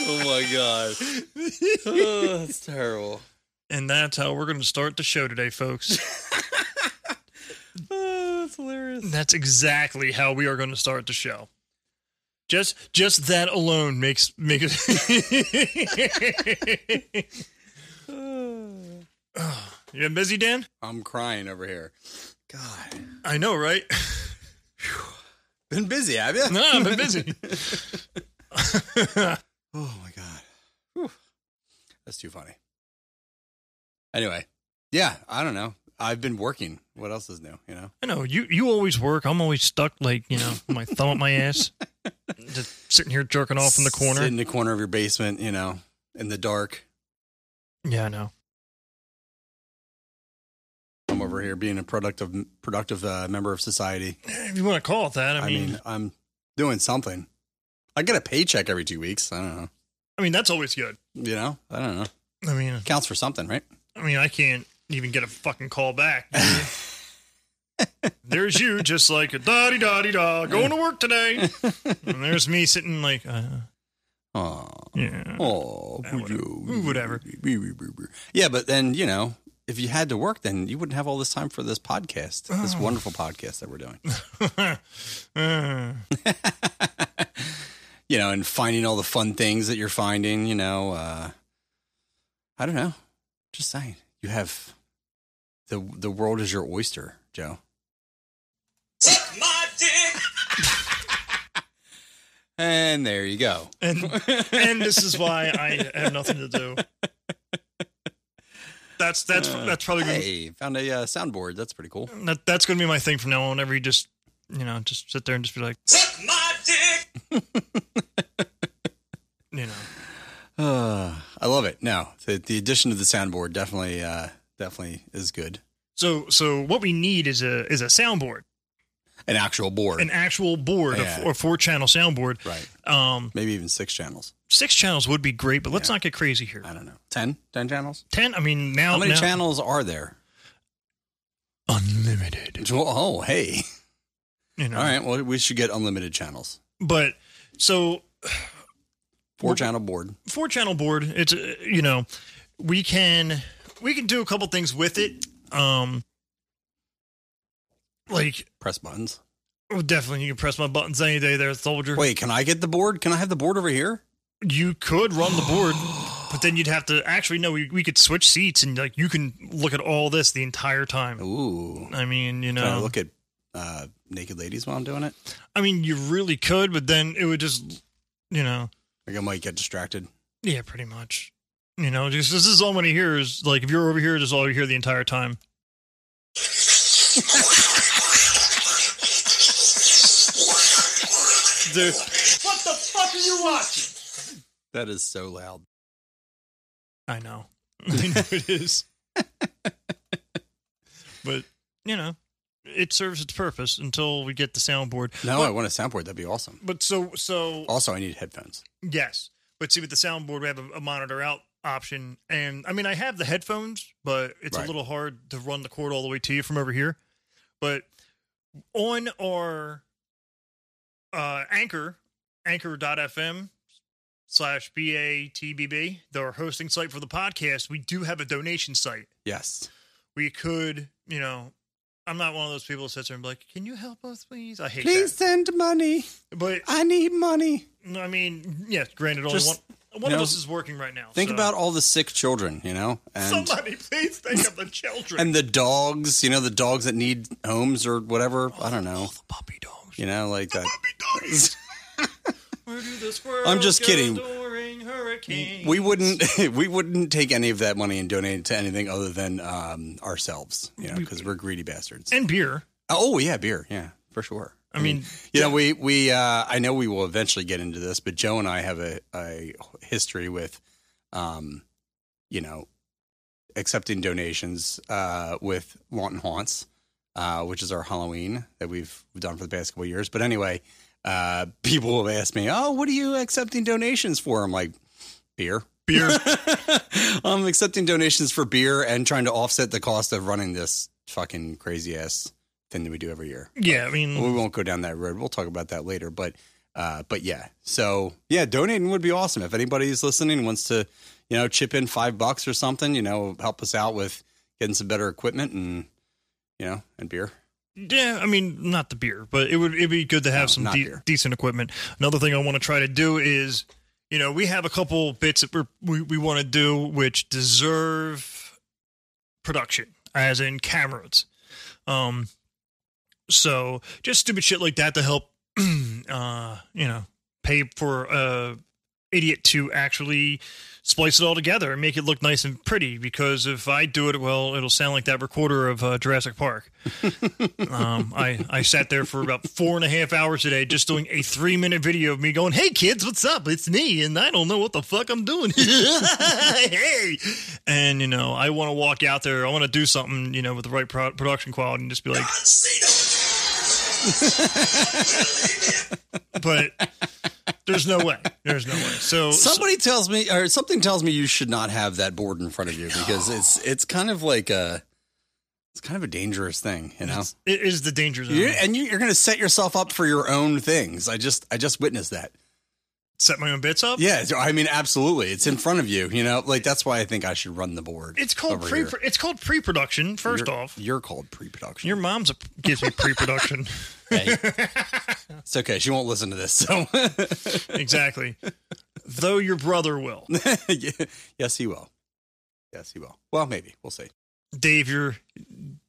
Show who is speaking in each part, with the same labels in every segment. Speaker 1: oh my god. Oh, that's terrible.
Speaker 2: And that's how we're going to start the show today, folks.
Speaker 1: Oh, that's hilarious.
Speaker 2: that's exactly how we are going to start the show. Just just that alone makes make it.
Speaker 1: Oh.
Speaker 2: you been busy, Dan?
Speaker 1: I'm crying over here. God.
Speaker 2: I know, right?
Speaker 1: Been busy, have you?
Speaker 2: no, I've been busy.
Speaker 1: Oh my god. Whew. That's too funny. Anyway, yeah, I don't know. I've been working. What else is new, you know?
Speaker 2: I know you. You always work. I'm always stuck, like you know, my thumb up my ass, just sitting here jerking off in the corner.
Speaker 1: Sit in the corner of your basement, you know, in the dark.
Speaker 2: Yeah, I know.
Speaker 1: I'm over here being a productive productive uh, member of society.
Speaker 2: If you want to call it that, I,
Speaker 1: I
Speaker 2: mean,
Speaker 1: mean, I'm doing something. I get a paycheck every two weeks. I don't know.
Speaker 2: I mean that's always good.
Speaker 1: You know, I don't know.
Speaker 2: I mean,
Speaker 1: Counts for something, right?
Speaker 2: I mean, I can't even get a fucking call back. there's you, just like a da di da di da, going to work today. and there's me sitting like, uh,
Speaker 1: Oh,
Speaker 2: yeah,
Speaker 1: oh,
Speaker 2: Yeah, whatever. Ooh, whatever.
Speaker 1: Yeah, but then you know, if you had to work, then you wouldn't have all this time for this podcast, this
Speaker 2: Oh.
Speaker 1: wonderful podcast that we're doing.
Speaker 2: Uh,
Speaker 1: You know, and finding all the fun things that you're finding. You know, uh, I don't know. Just saying, you have the the world is your oyster, Joe.
Speaker 3: Suck my dick.
Speaker 1: And there you go.
Speaker 2: and and this is why I have nothing to do. That's that's that's probably gonna,
Speaker 1: Hey, found a uh, soundboard. That's pretty cool.
Speaker 2: that, that's going to be my thing from now on. Whenever you just you know just sit there and just be like
Speaker 3: Suck my dick.
Speaker 2: you know
Speaker 1: Uh, I love it. No, the, the addition of the soundboard definitely, uh, definitely is good.
Speaker 2: so so what we need is a is a soundboard,
Speaker 1: An actual board,
Speaker 2: an actual board, a
Speaker 1: Yeah.
Speaker 2: f- or four channel soundboard.
Speaker 1: right?
Speaker 2: Um,
Speaker 1: Maybe even six channels.
Speaker 2: six channels would be great, but let's
Speaker 1: Yeah.
Speaker 2: not get crazy here.
Speaker 1: I don't know. Ten? Ten channels?
Speaker 2: Ten. I mean now
Speaker 1: How many
Speaker 2: now-
Speaker 1: channels are there?
Speaker 2: Unlimited.
Speaker 1: Oh, hey.
Speaker 2: You know.
Speaker 1: All right. Well, we should get unlimited channels.
Speaker 2: But so
Speaker 1: Four channel board.
Speaker 2: four channel board. It's uh, you know we can we can do a couple things with it. Um, like
Speaker 1: Press buttons.
Speaker 2: oh, definitely you can press my buttons any day there, soldier.
Speaker 1: Wait, can I get the board? Can I have the board over here?
Speaker 2: you could run the board but then you'd have to actually no we, we could switch seats and like you can look at all this the entire time
Speaker 1: Ooh.
Speaker 2: i mean you
Speaker 1: Can I
Speaker 2: know
Speaker 1: Oh. look at uh, naked ladies while I'm doing it?
Speaker 2: i mean you really could but then it would just you know
Speaker 1: Like I might get distracted.
Speaker 2: yeah pretty much you know just this is all when you hear is like if you're over here just all you hear the entire time
Speaker 1: Dude,
Speaker 3: What the fuck are you watching?
Speaker 1: that is so loud.
Speaker 2: i know i know it is but you know it serves its purpose until we get the soundboard
Speaker 1: No, I
Speaker 2: but,
Speaker 1: want a soundboard. That'd be awesome.
Speaker 2: but so so
Speaker 1: Also, I need headphones.
Speaker 2: Yes. But see, with the soundboard, we have a, a monitor out option. And I mean, I have the headphones, but it's a
Speaker 1: Right.
Speaker 2: little hard to run the cord all the way to you from over here. But on our uh, anchor, anchor.fm slash BATBB, our hosting site for the podcast, we do have a donation site.
Speaker 1: Yes.
Speaker 2: We could, you know, I'm not one of those people that sits there and be like, can you help us, please? I hate
Speaker 1: Please send money.
Speaker 2: that. But
Speaker 1: I need money.
Speaker 2: I mean, yeah, granted, only
Speaker 1: Just,
Speaker 2: one, one
Speaker 1: you
Speaker 2: of
Speaker 1: know,
Speaker 2: us is working right now.
Speaker 1: Think
Speaker 2: so-
Speaker 1: about all the sick children, you know, and
Speaker 2: somebody, please think of the children.
Speaker 1: and the dogs, you know, the dogs that need homes or whatever. I don't know,
Speaker 2: the puppy dogs.
Speaker 1: you know, like uh, that.
Speaker 2: Where do the squirrels
Speaker 1: I'm just
Speaker 2: go
Speaker 1: kidding.
Speaker 2: During hurricanes?
Speaker 1: We wouldn't, we wouldn't take any of that money and donate it to anything other than um, ourselves, you know, because we're greedy bastards.
Speaker 2: and beer.
Speaker 1: Oh yeah, beer, yeah, for sure.
Speaker 2: I mean,
Speaker 1: You know, we we uh, I know we will eventually get into this, but Joe and I have a, a history with, um, you know, accepting donations uh, with Wanton Haunts, uh, which is our Halloween that we've done for the past couple of years. But anyway, uh, people have asked me, "Oh, what are you accepting donations for?" I'm like, "Beer."
Speaker 2: Beer.
Speaker 1: I'm accepting donations for beer and trying to offset the cost of running this fucking crazy ass thing that we do every year.
Speaker 2: yeah, I
Speaker 1: We
Speaker 2: mean,
Speaker 1: won't go down that road. We'll talk about that later. But uh, but yeah. So yeah, donating would be awesome. If anybody's listening wants to, you know, chip in five bucks or something, you know, help us out with getting some better equipment and you know, and beer.
Speaker 2: yeah, I mean, not the beer, but it would it'd be good to have
Speaker 1: No,
Speaker 2: some
Speaker 1: not
Speaker 2: de-
Speaker 1: beer.
Speaker 2: decent equipment. Another thing I want to try to do is, you know, we have a couple bits that we're, we we want to do which deserve production, as in cameras. Um, so just stupid shit like that to help, uh, you know, pay for uh idiot to actually splice it all together and make it look nice and pretty because if I do it well it'll sound like that recorder of uh, Jurassic Park um, I, I sat there for about four and a half hours today just doing a three minute video of me going hey kids what's up it's me and I don't know what the fuck I'm doing hey and you know I want to walk out there I want to do something you know with the right pro- production quality and just be like but there's no way there's no way so
Speaker 1: Somebody tells me, or something tells me, you should not have that board in front of you because it's it's kind of like a it's kind of a dangerous thing, you know.
Speaker 2: It is the danger zone.
Speaker 1: You, and you, you're going to set yourself up for your own things. I just I just witnessed that.
Speaker 2: Set my own bits up.
Speaker 1: Yeah, so, I mean, absolutely, it's in front of you. You know, like that's why I think I should run the board.
Speaker 2: It's called
Speaker 1: over
Speaker 2: pre.
Speaker 1: here.
Speaker 2: It's called pre-production. 1st
Speaker 1: You're-
Speaker 2: off,
Speaker 1: you're called pre-production.
Speaker 2: your mom's a, gives me pre-production.
Speaker 1: it's okay. She won't listen to this. So
Speaker 2: exactly. Though your brother will,
Speaker 1: yes, he will. Yes, he will. Well, maybe we'll see.
Speaker 2: Dave. You're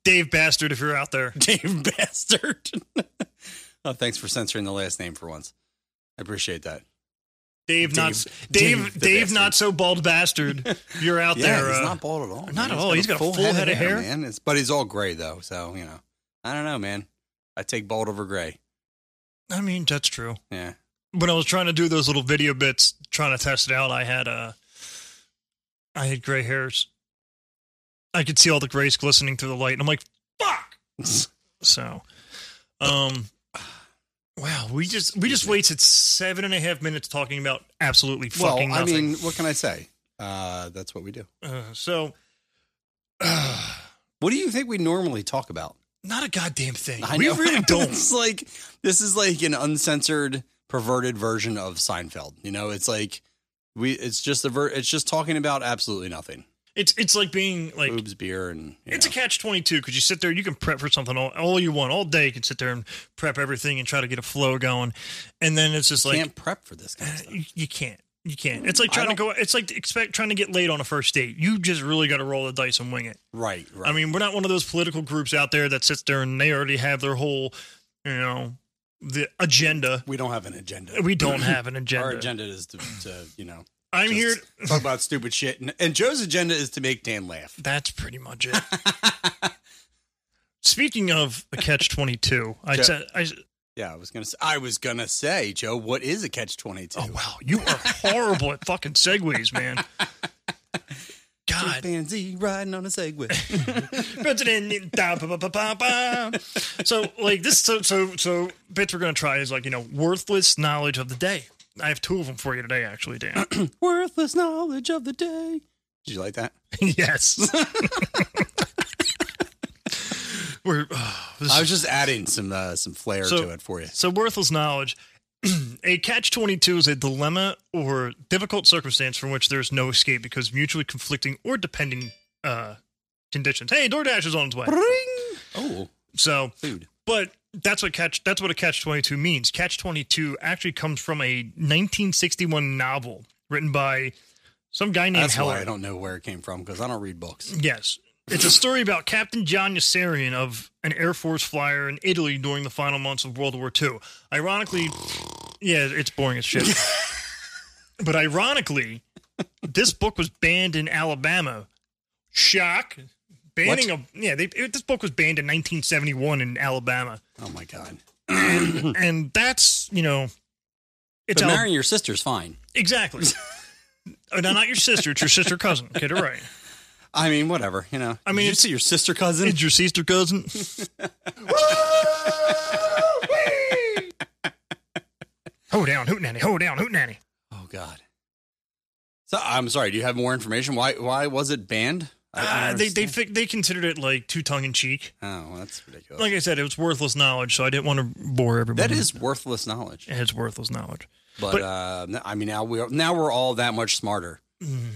Speaker 2: Dave bastard. If you're out there,
Speaker 1: Dave Bastard. oh, thanks for censoring the last name for once. I appreciate that.
Speaker 2: Dave, not
Speaker 1: Dave
Speaker 2: Dave.
Speaker 1: the
Speaker 2: Dave, not so bald bastard. You're out
Speaker 1: yeah,
Speaker 2: there.
Speaker 1: he's
Speaker 2: uh,
Speaker 1: not bald at all. man.
Speaker 2: not at all. He's got a full head of hair.
Speaker 1: man. It's, but he's all gray though, so you know. I don't know, man. I take bald over gray.
Speaker 2: I mean, that's true.
Speaker 1: Yeah.
Speaker 2: when I was trying to do those little video bits, trying to test it out, I had uh, I had gray hairs. I could see all the grays glistening through the light, and I'm like, "Fuck!" So, um, wow, we just we just wasted seven and a half minutes talking about absolutely
Speaker 1: well,
Speaker 2: fucking
Speaker 1: I
Speaker 2: nothing.
Speaker 1: mean, what can I say? Uh, that's what we do.
Speaker 2: uh, so,
Speaker 1: What do you think we normally talk about?
Speaker 2: not a goddamn thing.
Speaker 1: I
Speaker 2: we
Speaker 1: know.
Speaker 2: really don't.
Speaker 1: it's like this is like an uncensored, perverted version of Seinfeld. You know, it's like we. It's just a ver- It's just talking about absolutely nothing.
Speaker 2: It's it's like being like
Speaker 1: Boobs, beer, and you
Speaker 2: It's a
Speaker 1: know.
Speaker 2: catch twenty two because you sit there, you can prep for something all, all you want all day. You can sit there and prep everything and try to get a flow going, and then it's just like uh,
Speaker 1: can't prep for this kind of stuff.
Speaker 2: you, you can't, you can't. It's like
Speaker 1: I
Speaker 2: trying to go. It's like expect trying to get laid on a first date. You just really got to roll the dice and wing it.
Speaker 1: Right. Right.
Speaker 2: I mean, we're not one of those political groups out there that sits there and they already have their whole, you know, the agenda.
Speaker 1: we don't have an agenda.
Speaker 2: We don't have an
Speaker 1: Our
Speaker 2: agenda.
Speaker 1: agenda is to, to you know,
Speaker 2: I'm here.
Speaker 1: just talk about stupid shit, and, and Joe's agenda is to make Dan laugh.
Speaker 2: That's pretty much it. Speaking of a catch twenty two, I
Speaker 1: Jeff-
Speaker 2: said I.
Speaker 1: Yeah, I was gonna. Say, I was gonna say, Joe, what is a catch twenty two?
Speaker 2: Oh wow, you are horrible at fucking segues, man. God.
Speaker 1: Chimpanzee riding on a Segway.
Speaker 2: so like this so so so bits we're gonna try is like, you know, worthless knowledge of the day. I have two of them for you today, actually, Dan.
Speaker 1: Worthless knowledge of the day. Did you like that?
Speaker 2: yes. we're oh, this
Speaker 1: I
Speaker 2: is
Speaker 1: was just adding some uh, some flair
Speaker 2: So-
Speaker 1: to it for you.
Speaker 2: So, worthless knowledge. a catch 22 is a dilemma or difficult circumstance from which there's no escape because mutually conflicting or depending uh, conditions. Hey, DoorDash is on its way.
Speaker 1: Oh,
Speaker 2: So,
Speaker 1: food.
Speaker 2: but that's what catch that's what a catch 22 means. Catch 22 actually comes from a 1961 novel written by some guy named
Speaker 1: That's
Speaker 2: Heller.
Speaker 1: why I don't know where it came from because I don't read books.
Speaker 2: Yes. It's a story about Captain John Yassarian of an Air Force flyer in Italy during the final months of World War II. Ironically, yeah, it's boring as shit. but ironically, this book was banned in Alabama. Shock. Banning a yeah, they, it, this book was banned in 1971 in Alabama,
Speaker 1: Oh my god!
Speaker 2: and that's you know, it's
Speaker 1: But
Speaker 2: Al-
Speaker 1: marrying your sister's fine.
Speaker 2: exactly. oh, no, not your sister. It's your sister cousin. Get it right.
Speaker 1: I mean, whatever. You know.
Speaker 2: I mean,
Speaker 1: Did you
Speaker 2: it's-
Speaker 1: see your sister cousin.
Speaker 2: It's your sister cousin. Ho down, hoot nanny, ho down, hoot nanny.
Speaker 1: Oh God. So I'm sorry. Do you have more information? Why why was it banned? I don't
Speaker 2: Uh, they they
Speaker 1: understand.
Speaker 2: fi- they considered it like too tongue in cheek.
Speaker 1: oh, well, that's ridiculous.
Speaker 2: Like I said, it was worthless knowledge, so I didn't want to bore everybody.
Speaker 1: that is worthless knowledge.
Speaker 2: And it's worthless knowledge.
Speaker 1: But,
Speaker 2: But-
Speaker 1: uh, n- I mean, now we are, now we're all that much smarter, Mm,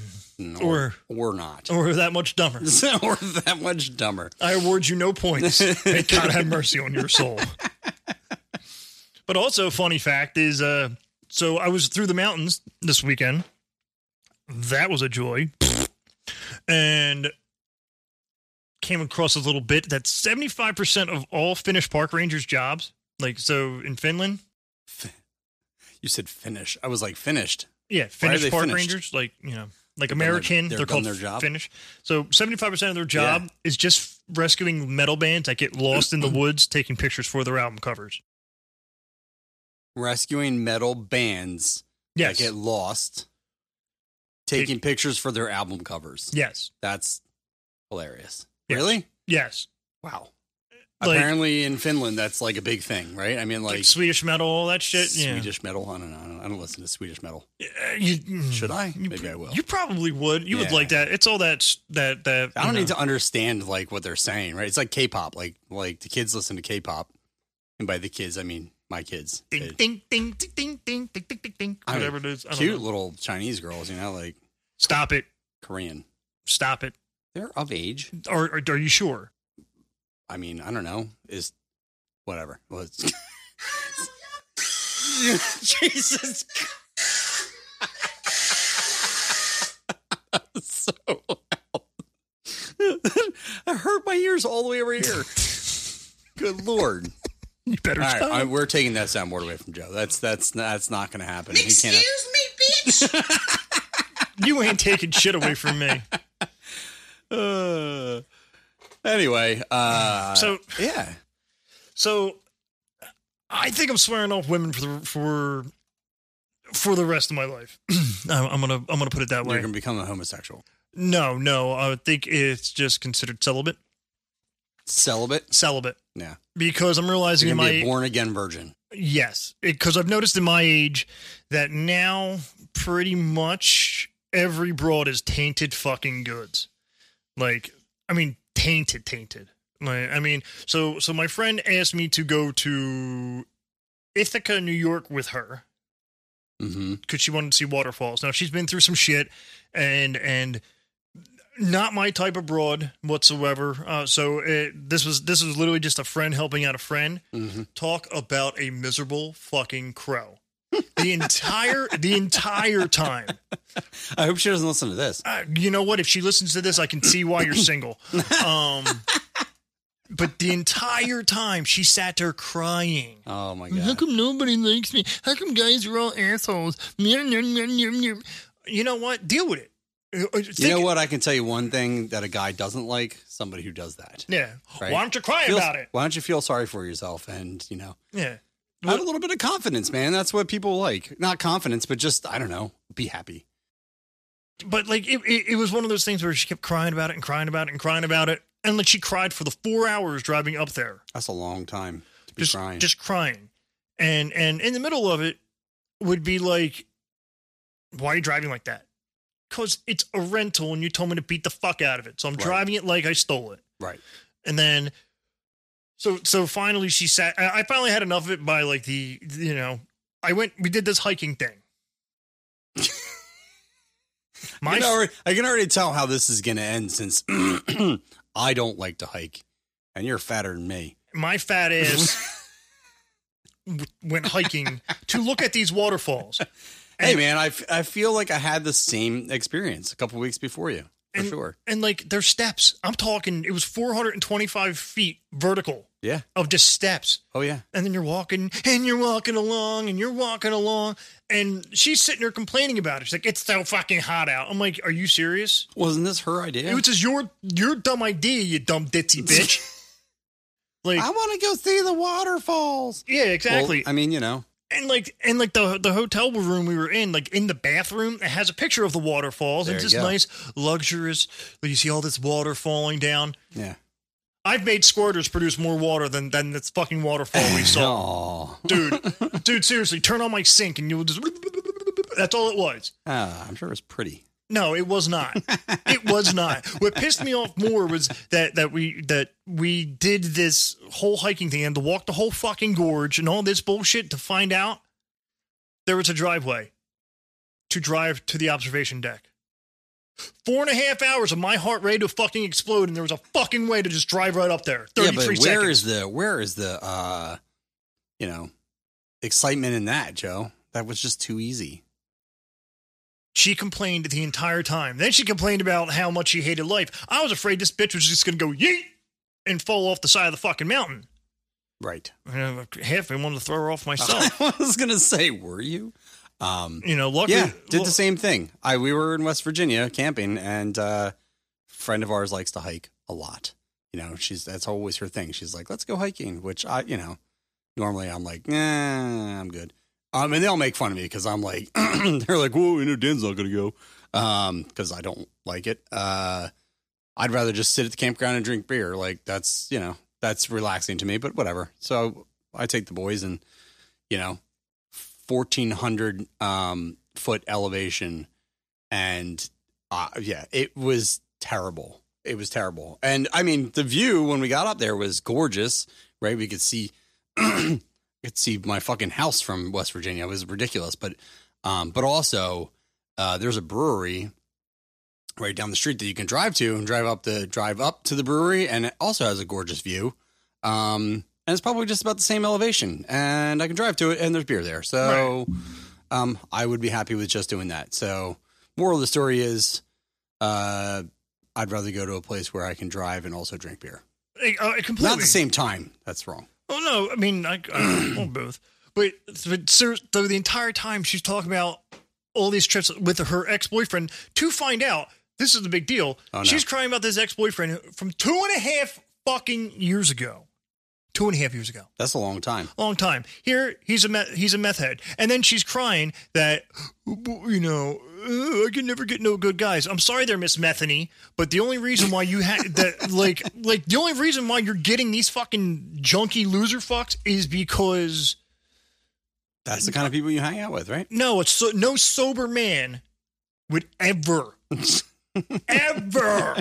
Speaker 2: Or-
Speaker 1: or not,
Speaker 2: Or that much dumber.
Speaker 1: So we're that much dummer.
Speaker 2: I award you no points. May God have mercy on your soul. But also, funny fact is, uh, so I was through the mountains this weekend. That was a joy, and came across a little bit that seventy-five percent of all Finnish park rangers' jobs, like so in Finland,
Speaker 1: You said finish. I was like finished.
Speaker 2: yeah,
Speaker 1: they
Speaker 2: Finnish park
Speaker 1: finished?
Speaker 2: rangers, like you know,
Speaker 1: They've
Speaker 2: like
Speaker 1: done their-
Speaker 2: American,
Speaker 1: they've
Speaker 2: they're
Speaker 1: done
Speaker 2: called
Speaker 1: their job?
Speaker 2: Finnish. So seventy-five percent of their job is just rescuing metal bands that get lost in the woods, taking pictures for their album covers.
Speaker 1: Rescuing metal bands
Speaker 2: Yes,
Speaker 1: that get lost, taking pictures for their album covers.
Speaker 2: yes,
Speaker 1: That's hilarious.
Speaker 2: Yeah.
Speaker 1: Really?
Speaker 2: yes.
Speaker 1: Wow.
Speaker 2: Like-
Speaker 1: Apparently in Finland, that's like a big thing, right? I mean,
Speaker 2: Like,
Speaker 1: like
Speaker 2: Swedish metal, all that shit. Yeah.
Speaker 1: Swedish metal. I don't know. I don't, I don't listen to Swedish metal.
Speaker 2: Uh, you- mm,
Speaker 1: Should I?
Speaker 2: You,
Speaker 1: Maybe I will.
Speaker 2: You probably would. You would
Speaker 1: Yeah.
Speaker 2: like that. It's all that s- that that.
Speaker 1: I don't
Speaker 2: you
Speaker 1: need
Speaker 2: know.
Speaker 1: to understand like what they're saying, right? It's like K-pop. Like like the kids listen to K-pop, and by the kids I mean my kids.
Speaker 2: Ding
Speaker 1: They-
Speaker 2: ding ding ding ding ding ding ding ding ding.
Speaker 1: I mean,
Speaker 2: Whatever it is. I don't
Speaker 1: Cute
Speaker 2: know.
Speaker 1: little Chinese girls, you know, like
Speaker 2: Stop it.
Speaker 1: Korean.
Speaker 2: Stop it.
Speaker 1: They're of age.
Speaker 2: Are are, are you sure?
Speaker 1: I mean, I don't know. Is whatever. Well, it's- Jesus. so loud. I hurt my ears all the way over here. Good lord.
Speaker 2: You better
Speaker 1: All right,
Speaker 2: stop.
Speaker 1: I, we're taking that soundboard away from Joe. That's that's that's not going to happen. He
Speaker 3: Excuse
Speaker 1: can't.
Speaker 3: me, bitch.
Speaker 2: you ain't taking shit away from me.
Speaker 1: Uh, anyway, uh,
Speaker 2: So
Speaker 1: yeah,
Speaker 2: so, I think I'm swearing off women for the, for for the rest of my life. I'm I'm gonna I'm gonna put it that
Speaker 1: you're
Speaker 2: way.
Speaker 1: going to become a homosexual,
Speaker 2: No, no. I would think it's just considered celibate.
Speaker 1: celibate.
Speaker 2: Celibate.
Speaker 1: Yeah,
Speaker 2: Because I'm realizing
Speaker 1: you're
Speaker 2: in
Speaker 1: going
Speaker 2: my
Speaker 1: to be a born again virgin.
Speaker 2: yes, because I've noticed in my age that now pretty much every broad is tainted fucking goods. Like, I mean, tainted, tainted. Like, I mean, so so my friend asked me to go to Ithaca, New York, with her
Speaker 1: Mm-hmm.
Speaker 2: because she wanted to see waterfalls. Now she's been through some shit, and and not my type of broad whatsoever. Uh, so it, this was this was literally just a friend helping out a friend.
Speaker 1: Mm-hmm.
Speaker 2: Talk about a miserable fucking crow. The entire the entire time.
Speaker 1: I hope she doesn't listen to this.
Speaker 2: Uh, you know what? If she listens to this, I can see why you're single. Um, but the entire time she sat there crying.
Speaker 1: Oh my god.
Speaker 2: come nobody likes me? How come guys are all assholes? You know what? Deal with it. Uh, uh,
Speaker 1: You know
Speaker 2: think-
Speaker 1: what? I can tell you one thing that a guy doesn't like: somebody who does that.
Speaker 2: Yeah.
Speaker 1: Right.
Speaker 2: Why don't you cry
Speaker 1: Feel-
Speaker 2: about it?
Speaker 1: Why don't you feel sorry for yourself and you know
Speaker 2: Yeah.
Speaker 1: have a little bit of confidence, man? That's what people like. Not confidence, but just I don't know, be happy.
Speaker 2: But like, it, it, it was one of those things where she kept crying about it and crying about it and crying about it, and like she cried for the four hours driving up there,
Speaker 1: That's a long time to be
Speaker 2: just
Speaker 1: trying.
Speaker 2: just crying, and and in the middle of it would be like, why are you driving like that? Because it's a rental, and you told me to beat the fuck out of it, so I'm
Speaker 1: Right.
Speaker 2: driving it like I stole it.
Speaker 1: right.
Speaker 2: and then so so finally she sat i I finally had enough of it by like the you know i went we did this hiking thing
Speaker 1: I
Speaker 2: my
Speaker 1: can, already, I can already tell how this is going to end since I don't like to hike and you're fatter than me.
Speaker 2: my fat ass w- went hiking to look at these waterfalls
Speaker 1: Hey,
Speaker 2: And-
Speaker 1: man, I, f- I feel like I had the same experience a couple weeks before you, for sure.
Speaker 2: and like there's steps i'm talking it was 425 feet vertical
Speaker 1: Yeah.
Speaker 2: of just steps
Speaker 1: Oh, yeah.
Speaker 2: and then you're walking and you're walking along and you're walking along and she's sitting there complaining about it. She's like, "It's so fucking hot out." I'm like, "Are you serious?
Speaker 1: Wasn't this her idea?
Speaker 2: It was just your your dumb idea, you dumb ditzy bitch." like,
Speaker 1: I want to go see the waterfalls.
Speaker 2: yeah,
Speaker 1: Well,
Speaker 2: exactly.
Speaker 1: I mean, you know,
Speaker 2: and like and like the the hotel room we were in, like in the bathroom, it has a picture of the waterfalls.
Speaker 1: There
Speaker 2: it's
Speaker 1: you
Speaker 2: just
Speaker 1: go.
Speaker 2: nice, luxurious. Like you see all this water falling down.
Speaker 1: yeah.
Speaker 2: I've made squirters produce more water than than this fucking waterfall we saw,
Speaker 1: Oh,
Speaker 2: dude. Dude, seriously, turn on my sink and you'll just. That's all it was.
Speaker 1: ah, I'm sure it's pretty.
Speaker 2: No, it was not. it was not. What pissed me off more was that that we that we did this whole hiking thing and to walk the whole fucking gorge and all this bullshit to find out there was a driveway to drive to the observation deck. Four and a half hours of my heart ready to fucking explode, and there was a fucking way to just drive right up there.
Speaker 1: Yeah,
Speaker 2: Thirty-three
Speaker 1: but
Speaker 2: seconds.
Speaker 1: where is the where is the uh, you know, excitement in that, Joe? That was just too easy.
Speaker 2: She complained the entire time. Then she complained about how much she hated life. I was afraid this bitch was just gonna go yeet and fall off the side of the fucking mountain.
Speaker 1: Right.
Speaker 2: You know, half I wanted to throw her off
Speaker 1: Oh.
Speaker 2: myself.
Speaker 1: I was gonna say, were you? Um,
Speaker 2: you know, luckily,
Speaker 1: yeah, did
Speaker 2: well,
Speaker 1: the same thing. I we were in West Virginia camping, and uh, a friend of ours likes to hike a lot. You know, she's that's always her thing. She's like, "Let's go hiking," which I, you know, normally I'm like, "Nah, I'm good." Um, and they'll make fun of me because I'm like, they're like, "Whoa, you know, Dan's not gonna go," um, because I don't like it. Uh, I'd rather just sit at the campground and drink beer. Like that's you know that's relaxing to me, but whatever. So I take the boys and you know 1400 um, foot elevation and uh, yeah it was terrible it was terrible and i mean the view when we got up there was gorgeous right we could see I could see my fucking house from west virginia it was ridiculous but um, but also uh, there's a brewery right down the street that you can drive to and drive up the drive up to the brewery and it also has a gorgeous view um, and it's probably just about the same elevation. And I can drive to it, and there's beer there. So, um, I would be happy with just doing that. So, moral of the story is, uh, I'd rather go to a place where I can drive and also drink beer.
Speaker 2: eh, uh, completely.
Speaker 1: Not at the same time. That's wrong.
Speaker 2: Oh no, I mean, I, I well, both. But, but sir, so the entire time she's talking about all these trips with her ex boyfriend to find out this is the big deal.
Speaker 1: Oh, no.
Speaker 2: She's crying about this ex boyfriend from two and a half fucking years ago. Two and a half years ago.
Speaker 1: That's a long time.
Speaker 2: long time. Here, he's a meth, he's a meth head, and then she's crying that you know "Uh, I can never get no good guys. I'm sorry, there, Miss Methany, but the only reason why you had that like like the only reason why you're getting these fucking junky loser fucks is because
Speaker 1: That's the kind of people you hang out with, right?
Speaker 2: no, it's so, no sober man would ever ever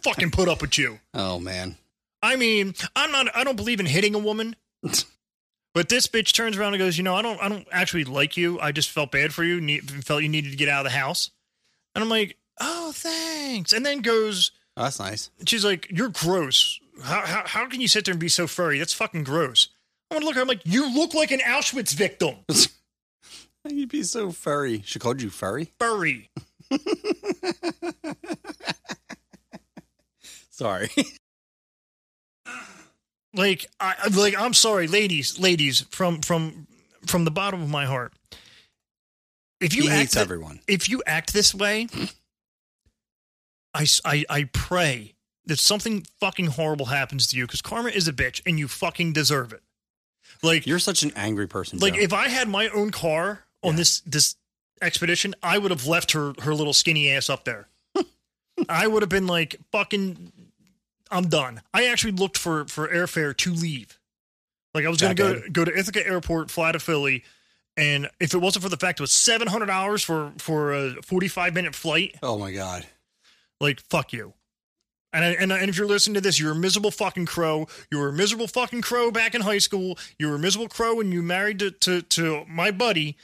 Speaker 2: fucking put up with you.
Speaker 1: Oh man,
Speaker 2: I mean, I'm not. I don't believe in hitting a woman. But this bitch turns around and goes, you know, I don't, I don't actually like you. I just felt bad for you. Need, felt you needed to get out of the house. And I'm like, oh, thanks. And then goes,
Speaker 1: oh, that's nice.
Speaker 2: she's like, you're gross. How, how, how can you sit there and be so furry? That's fucking gross. I want to look at her. I'm like, you look like an Auschwitz victim.
Speaker 1: You'd be so furry. She called you furry.
Speaker 2: Furry.
Speaker 1: Sorry.
Speaker 2: like I I- like I'm sorry, ladies, ladies, from from from the bottom of my heart. If you
Speaker 1: he
Speaker 2: act
Speaker 1: hates
Speaker 2: thi-
Speaker 1: everyone.
Speaker 2: if you act this way, I s- I I pray that something fucking horrible happens to you because karma is a bitch and you fucking deserve it. Like
Speaker 1: You're such an angry person.
Speaker 2: like
Speaker 1: Joe.
Speaker 2: if I had my own car on
Speaker 1: Yeah.
Speaker 2: this this expedition, I would have left her her little skinny ass up there. I would have been like fucking I'm done. I actually looked for for airfare to leave. Like I was going
Speaker 1: That
Speaker 2: to go go to Ithaca Airport, fly to Philly, and if it wasn't for the fact it was seven hundred dollars for for a forty five minute flight,
Speaker 1: oh my god.
Speaker 2: like fuck you. And, I, and, I, and if you're listening to this, you're a miserable fucking crow. You were a miserable fucking crow back in high school. You were a miserable crow when you married to, to, to my buddy.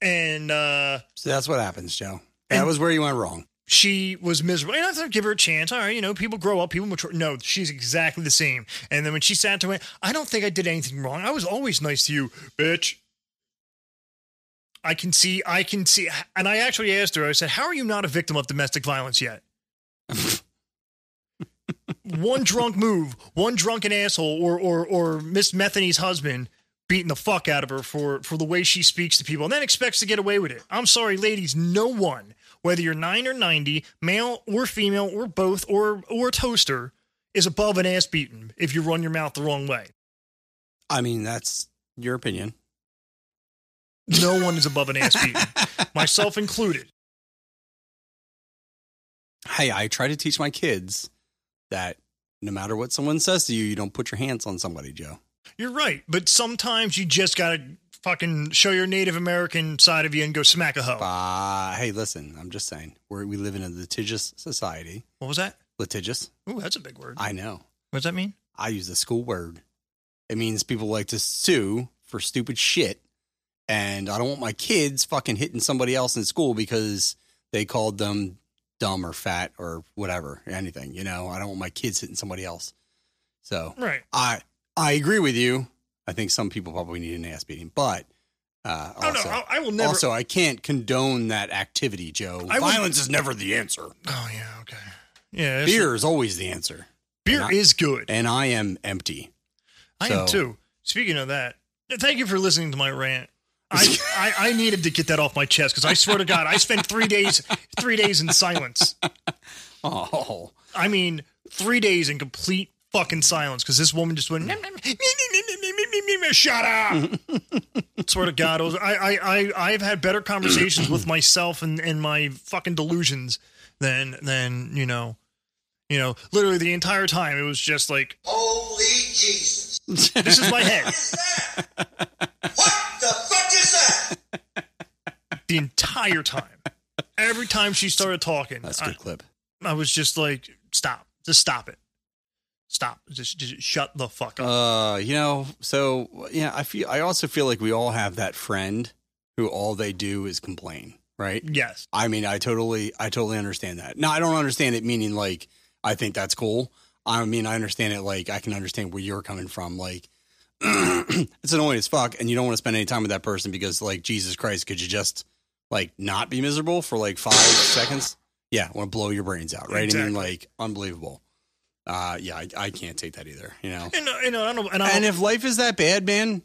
Speaker 2: And uh,
Speaker 1: So that's what happens, Joe. That
Speaker 2: And-
Speaker 1: was where you went wrong.
Speaker 2: she was miserable. And I thought, give her a chance. All right, you know, people grow up, people mature. No, she's exactly the same. And then when she sat to it, I don't think I did anything wrong. I was always nice to you, bitch. I can see, I can see. And I actually asked her, I said, how are you not a victim of domestic violence yet? one drunk move, one drunken asshole, or or or Miss Methany's husband beating the fuck out of her for for the way she speaks to people, and then expects to get away with it. I'm sorry, ladies, no one, whether you're nine or ninety, male or female or both or or toaster, is above an ass beating if you run your mouth the wrong way.
Speaker 1: I mean, that's your opinion.
Speaker 2: No one is above an ass beating, myself included.
Speaker 1: hey, I try to teach my kids that no matter what someone says to you, you don't put your hands on somebody, Joe.
Speaker 2: You're right, but sometimes you just gotta fucking show your Native American side of you and go smack a hoe.
Speaker 1: Uh, hey, listen, I'm just saying, we're, we live in a litigious society.
Speaker 2: What was that?
Speaker 1: Litigious?
Speaker 2: Ooh, that's a big word.
Speaker 1: I know.
Speaker 2: what does that mean?
Speaker 1: I use the school word. It means people like to sue for stupid shit. And I don't want my kids fucking hitting somebody else in school because they called them dumb or fat or whatever, anything. You know, I don't want my kids hitting somebody else. So
Speaker 2: Right.
Speaker 1: I I agree with you. I think some people probably need an ass beating, but uh,
Speaker 2: Oh no,
Speaker 1: also,
Speaker 2: I, I will never.
Speaker 1: also I can't condone that activity, Joe.
Speaker 2: I would-
Speaker 1: Violence is never the answer.
Speaker 2: oh yeah, okay. Yeah, it's-
Speaker 1: Beer is always the answer,
Speaker 2: beer
Speaker 1: and I-
Speaker 2: is good.
Speaker 1: and I am empty.
Speaker 2: I
Speaker 1: so-
Speaker 2: am too. Speaking of that, thank you for listening to my rant. I, I, I needed to get that off my chest because I swear to God, I spent three days three days in silence.
Speaker 1: Oh.
Speaker 2: I mean, three days in complete fucking silence because this woman just went. "Nom, nom, me, me, me, me, me, me, me, me, me, Shut up! Swear to God, it was, I, I, I, I've had better conversations with myself and, and my fucking delusions than than you know, you know. Literally the entire time, it was just like
Speaker 3: Holy Jesus.
Speaker 2: this is my head.
Speaker 3: What is that? what the fuck is that?
Speaker 2: the entire time. Every time she started talking,
Speaker 1: That's a
Speaker 2: I,
Speaker 1: good clip.
Speaker 2: I was just like, "Stop! Just stop it! Stop! Just, just shut the fuck up!"
Speaker 1: Uh, you know, so yeah, I feel I also feel like we all have that friend who all they do is complain, right?
Speaker 2: yes,
Speaker 1: I mean, I totally I totally understand that. No, I don't understand it meaning like I think that's cool. I mean, I understand it like I can understand where you're coming from like it's annoying as fuck and you don't want to spend any time with that person because like Jesus Christ, could you just like not be miserable for like 5 seconds? Yeah, want to blow your brains out, right? I
Speaker 2: Exactly.
Speaker 1: mean, like unbelievable. Uh, yeah, I, I can't take that either, you know.
Speaker 2: and uh, you know, I don't, and, I
Speaker 1: And
Speaker 2: don't-
Speaker 1: if life is that bad, man,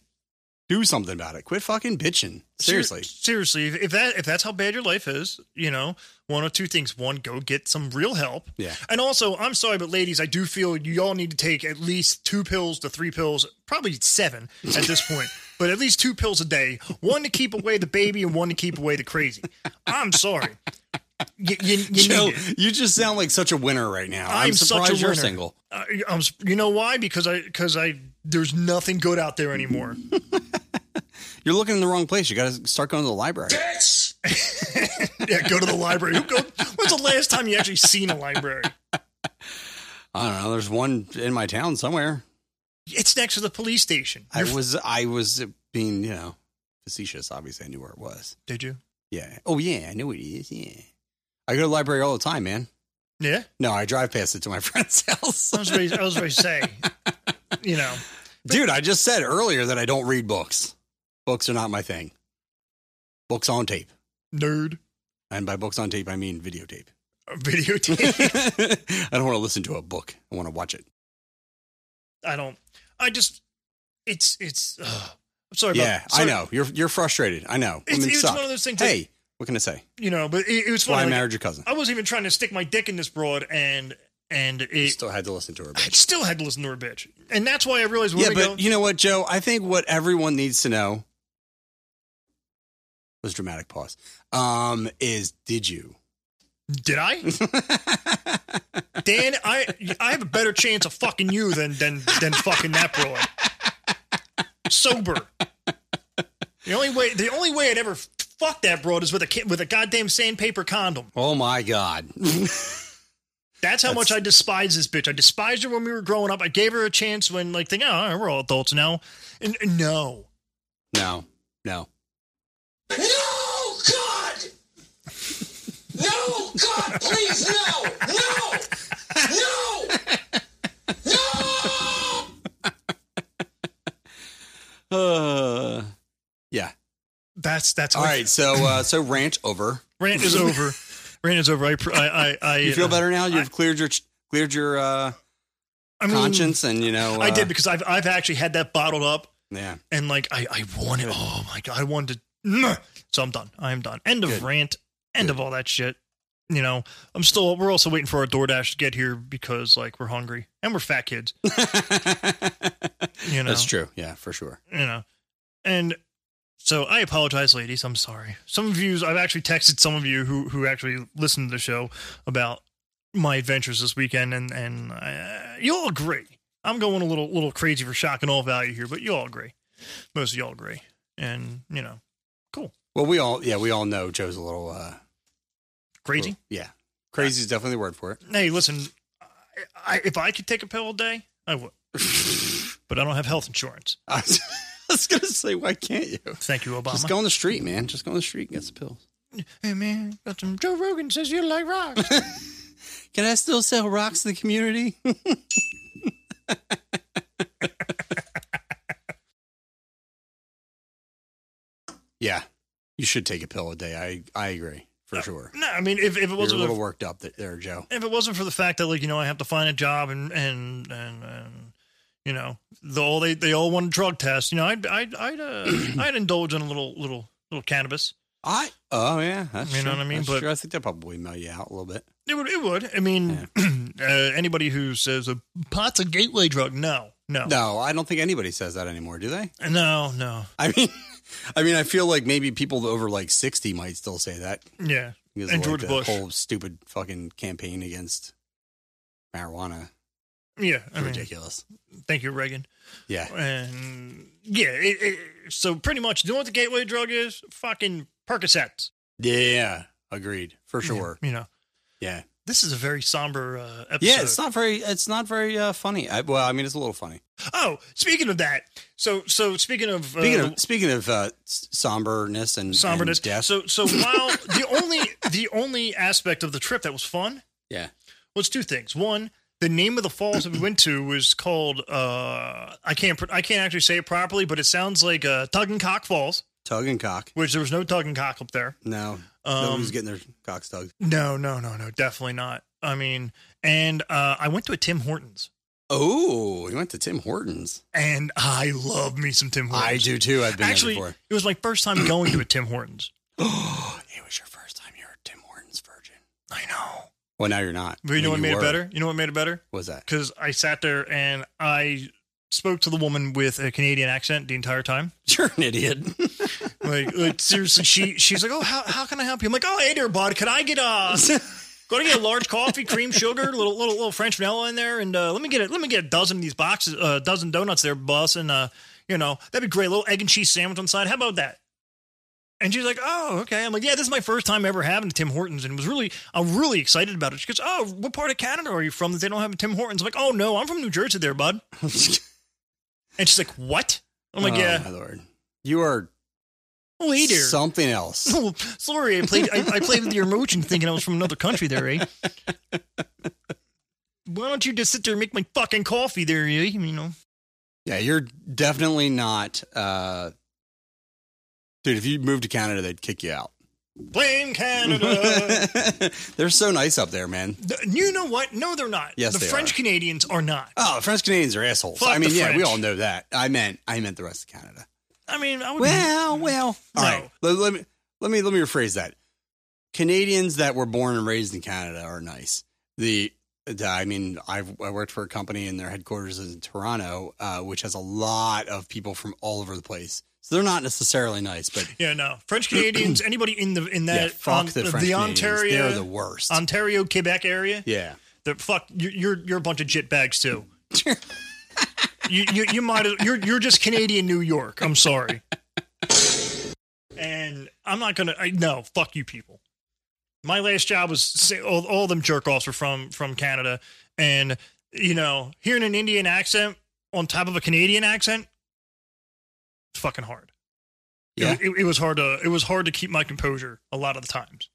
Speaker 1: do something about it. Quit fucking bitching.
Speaker 2: ser-
Speaker 1: Seriously.
Speaker 2: seriously, if, if that if that's how bad your life is, you know, one of two things: one, go get some real help,
Speaker 1: Yeah.
Speaker 2: and also, I'm sorry, but ladies, I do feel you all need to take at least two pills to three pills, probably seven at this point, but at least two pills a day. One to keep away the baby, and one to keep away the crazy. I'm sorry. You, you, you
Speaker 1: Joe,
Speaker 2: need it.
Speaker 1: you just sound like such a winner right now. I'm,
Speaker 2: I'm such a
Speaker 1: surprised you're
Speaker 2: winner.
Speaker 1: single.
Speaker 2: I, Uh, I'm, s- you know why? Because I, because I, there's nothing good out there anymore.
Speaker 1: You're looking in the wrong place. You got to start going to the library.
Speaker 3: Bitch.
Speaker 2: yeah, go to the library. Who go? When's the last time you actually seen a library?
Speaker 1: I don't know. There's one in my town somewhere.
Speaker 2: It's next to the police station.
Speaker 1: I
Speaker 2: You're-
Speaker 1: was, I was being, you know, facetious. Obviously, I knew where it was.
Speaker 2: did you?
Speaker 1: Yeah. Oh, yeah. I know what it is. Yeah. I go to the library all the time, man.
Speaker 2: Yeah,
Speaker 1: No, I drive past it to my friend's house.
Speaker 2: I was ready. I was ready to say, you know,
Speaker 1: Dude, I just said earlier that I don't read books. Books are not my thing. Books on tape.
Speaker 2: nerd
Speaker 1: And by books on tape, I mean videotape.
Speaker 2: or videotape.
Speaker 1: I don't want to listen to a book. I want to watch it.
Speaker 2: I don't. I just. It's it's. Uh, I'm sorry.
Speaker 1: Yeah,
Speaker 2: about,
Speaker 1: I
Speaker 2: sorry.
Speaker 1: know. You're you're frustrated. I know.
Speaker 2: It's,
Speaker 1: Women
Speaker 2: it's
Speaker 1: suck.
Speaker 2: one of those things. Hey,
Speaker 1: hey, what can I say?
Speaker 2: you know, but it, it was
Speaker 1: That's why I
Speaker 2: funny. Like,
Speaker 1: married your cousin.
Speaker 2: I wasn't even trying to stick my dick in this broad, and and
Speaker 1: I
Speaker 2: it,
Speaker 1: still had to listen to her.
Speaker 2: I
Speaker 1: Bitch.
Speaker 2: still had to listen to her bitch, and that's why I realized.
Speaker 1: Yeah,
Speaker 2: Women
Speaker 1: but
Speaker 2: go,
Speaker 1: you know what, Joe? I think what everyone needs to know was dramatic pause. Um, is did you?
Speaker 2: did I, Dan? I I have a better chance of fucking you than than than fucking that broad. Sober. The only way the only way I'd ever fuck that broad is with a ki- with a goddamn sandpaper condom.
Speaker 1: oh my God!
Speaker 2: That's how
Speaker 1: That's-
Speaker 2: much I despise this bitch. I despised her when we were growing up. I gave her a chance when like thinking, oh, all right, we're all adults now. And, and no,
Speaker 1: no, no.
Speaker 3: No, God. No, God, please, no. No. No. No.
Speaker 1: Uh, yeah.
Speaker 2: that's that's
Speaker 1: All
Speaker 2: my-
Speaker 1: right. So uh, so ranch over.
Speaker 2: Rant is over. Rant is over. I pr- I I, I
Speaker 1: You feel
Speaker 2: uh,
Speaker 1: better now? You've cleared your cleared your uh,
Speaker 2: I mean,
Speaker 1: conscience, and you know
Speaker 2: I
Speaker 1: uh,
Speaker 2: did because I've I've actually had that bottled up
Speaker 1: Yeah.
Speaker 2: and like I I wanted. Oh my god, I wanted to. Mwah! So I'm done. I am done. End of
Speaker 1: Good.
Speaker 2: rant. End of all that shit. You know, I'm still. We're also waiting for our DoorDash to get here because like we're hungry and we're fat kids. You know,
Speaker 1: That's true. Yeah, for sure.
Speaker 2: You know, and so I apologize, ladies. I'm sorry. Some of you, I've actually texted some of you who who actually listened to the show about my adventures this weekend, and and uh, you'll agree. I'm going a little little crazy for shock and all value here, but you all agree. Most of y'all agree, and you know,
Speaker 1: Well, we all yeah we all know Joe's a little uh,
Speaker 2: crazy.
Speaker 1: Yeah, crazy is definitely the word for it.
Speaker 2: Hey, listen, I, I, if I could take a pill a day, I would, but I don't have health insurance.
Speaker 1: I was, I was gonna say, why can't you?
Speaker 2: Thank you, Obama.
Speaker 1: Just go on the street, man. Just go on the street and get some pills.
Speaker 2: Hey man, got some Joe Rogan says you like rocks.
Speaker 1: Can I still sell rocks in the community? yeah, you should take a pill a day. I I agree for sure.
Speaker 2: no, I mean if, if it
Speaker 1: You're a
Speaker 2: wasn't
Speaker 1: little
Speaker 2: for,
Speaker 1: worked up th- there, Joe.
Speaker 2: if it wasn't for the fact that like you know I have to find a job and and and, and you know the, all they they all want a drug test. You know I'd I'd I'd, uh, I'd indulge in a little little little cannabis.
Speaker 1: I oh yeah, that's
Speaker 2: You know
Speaker 1: true.
Speaker 2: what I mean?
Speaker 1: That's
Speaker 2: But-
Speaker 1: true. I think that probably mill you out a little bit.
Speaker 2: It would it would. I mean uh, anybody who says a pot's a gateway drug, no no no
Speaker 1: No, I don't think anybody says that anymore, do they?
Speaker 2: no,
Speaker 1: I mean, I mean, I feel like maybe people over like sixty might still say that
Speaker 2: yeah.
Speaker 1: because
Speaker 2: And
Speaker 1: of, like,
Speaker 2: George Bush.
Speaker 1: the whole stupid fucking campaign against marijuana.
Speaker 2: Yeah, I mean, uh,
Speaker 1: Ridiculous.
Speaker 2: thank you, Reagan.
Speaker 1: Yeah.
Speaker 2: And yeah, it, it, so pretty much, you know what the gateway drug is? Fucking Percocets.
Speaker 1: Yeah. Agreed. For sure.
Speaker 2: You know,
Speaker 1: Yeah.
Speaker 2: this is a very somber uh, episode.
Speaker 1: Yeah. It's not very. It's not very uh, funny. I, well, I mean, it's a little funny.
Speaker 2: oh, speaking of that, so so speaking of uh,
Speaker 1: Speaking of speaking of uh, s- somberness and
Speaker 2: somberness,
Speaker 1: and death.
Speaker 2: so so while the only the only aspect of the trip that was fun
Speaker 1: yeah.
Speaker 2: was two things. One. The name of the falls that we went to was called uh, I can't pr- I can't actually say it properly, but it sounds like uh, Tug and Cock Falls,
Speaker 1: Tug and cock.
Speaker 2: which there was no Tug and Cock up there.
Speaker 1: No.
Speaker 2: Um,
Speaker 1: Nobody's getting their cocks tugged.
Speaker 2: No, no, no, no, definitely not. I mean, and uh, I went to a Tim Hortons,
Speaker 1: Oh, he went to Tim Hortons.
Speaker 2: and I love me some Tim Hortons.
Speaker 1: I do too. I've been
Speaker 2: Actually,
Speaker 1: there before.
Speaker 2: it was my first time going to a Tim Hortons.
Speaker 1: it was your first time you were a Tim Hortons virgin.
Speaker 2: I know,
Speaker 1: Well, now you're not.
Speaker 2: but you know
Speaker 1: I
Speaker 2: what
Speaker 1: mean,
Speaker 2: made
Speaker 1: were.
Speaker 2: it better? You know what made it better?
Speaker 1: What Was that?
Speaker 2: Because I sat there and I spoke to the woman with a Canadian accent the entire time.
Speaker 1: You're an idiot.
Speaker 2: Like, like seriously, she she's like, "Oh, how how can I help you?" I'm like, "Oh, hey there, bud. Can I get a Go to get a large coffee, cream, sugar, little little little French vanilla in there, and uh, let me get it. Let me get a dozen of these boxes, a uh, dozen donuts there, boss, and uh, you know that'd be great. little egg and cheese sandwich on the side. How about that? And she's like, "Oh, okay." I'm like, "Yeah, this is my first time ever having a Tim Hortons, and was really I'm really excited about it." She goes, "Oh, what part of Canada are you from that they don't have a Tim Hortons?" I'm like, "Oh no, I'm from New Jersey, there, bud." And she's like, "What?" I'm like,
Speaker 1: oh,
Speaker 2: "Yeah, "Oh,
Speaker 1: my lord. You are
Speaker 2: later."
Speaker 1: something else.
Speaker 2: Oh, sorry, I played I, I played with your emotion thinking I was from another country there, eh? Why don't you just sit there and make my fucking coffee there, eh? You know.
Speaker 1: Yeah, you're definitely not. uh Dude, if you moved to Canada, they'd kick you out.
Speaker 2: Blame Canada.
Speaker 1: They're so nice up there, man.
Speaker 2: The- you know what? No, they're not.
Speaker 1: Yes,
Speaker 2: the
Speaker 1: they
Speaker 2: French
Speaker 1: are.
Speaker 2: Canadians are not.
Speaker 1: Oh, French Canadians are assholes.
Speaker 2: Fuck
Speaker 1: I mean,
Speaker 2: the
Speaker 1: yeah, we
Speaker 2: French.
Speaker 1: all know that. I meant, I meant the rest of Canada.
Speaker 2: I mean, I would
Speaker 1: Well, well.
Speaker 2: No.
Speaker 1: All right. Let, let me let me let me rephrase that. Canadians that were born and raised in Canada are nice. The the- I mean, I've I worked for a company and their headquarters is in Toronto, uh, which has a lot of people from all over the place. So they're not necessarily nice, but
Speaker 2: Yeah, no. French Canadians, anybody in the in that
Speaker 1: yeah, fuck
Speaker 2: on-
Speaker 1: the French Canadians.
Speaker 2: Ontario
Speaker 1: They're the worst.
Speaker 2: Ontario, Quebec area.
Speaker 1: yeah.
Speaker 2: The fuck you're you're, you're a bunch of jitbags too. you, you you might as- you're you're just Canadian New York. I'm sorry. And I'm not gonna I, no fuck you people. My last job was say, all all them jerk offs were from from Canada, and you know hearing an Indian accent on top of a Canadian accent, it's fucking hard. It-
Speaker 1: Yeah.
Speaker 2: It, it was hard to it was hard to keep my composure a lot of the times.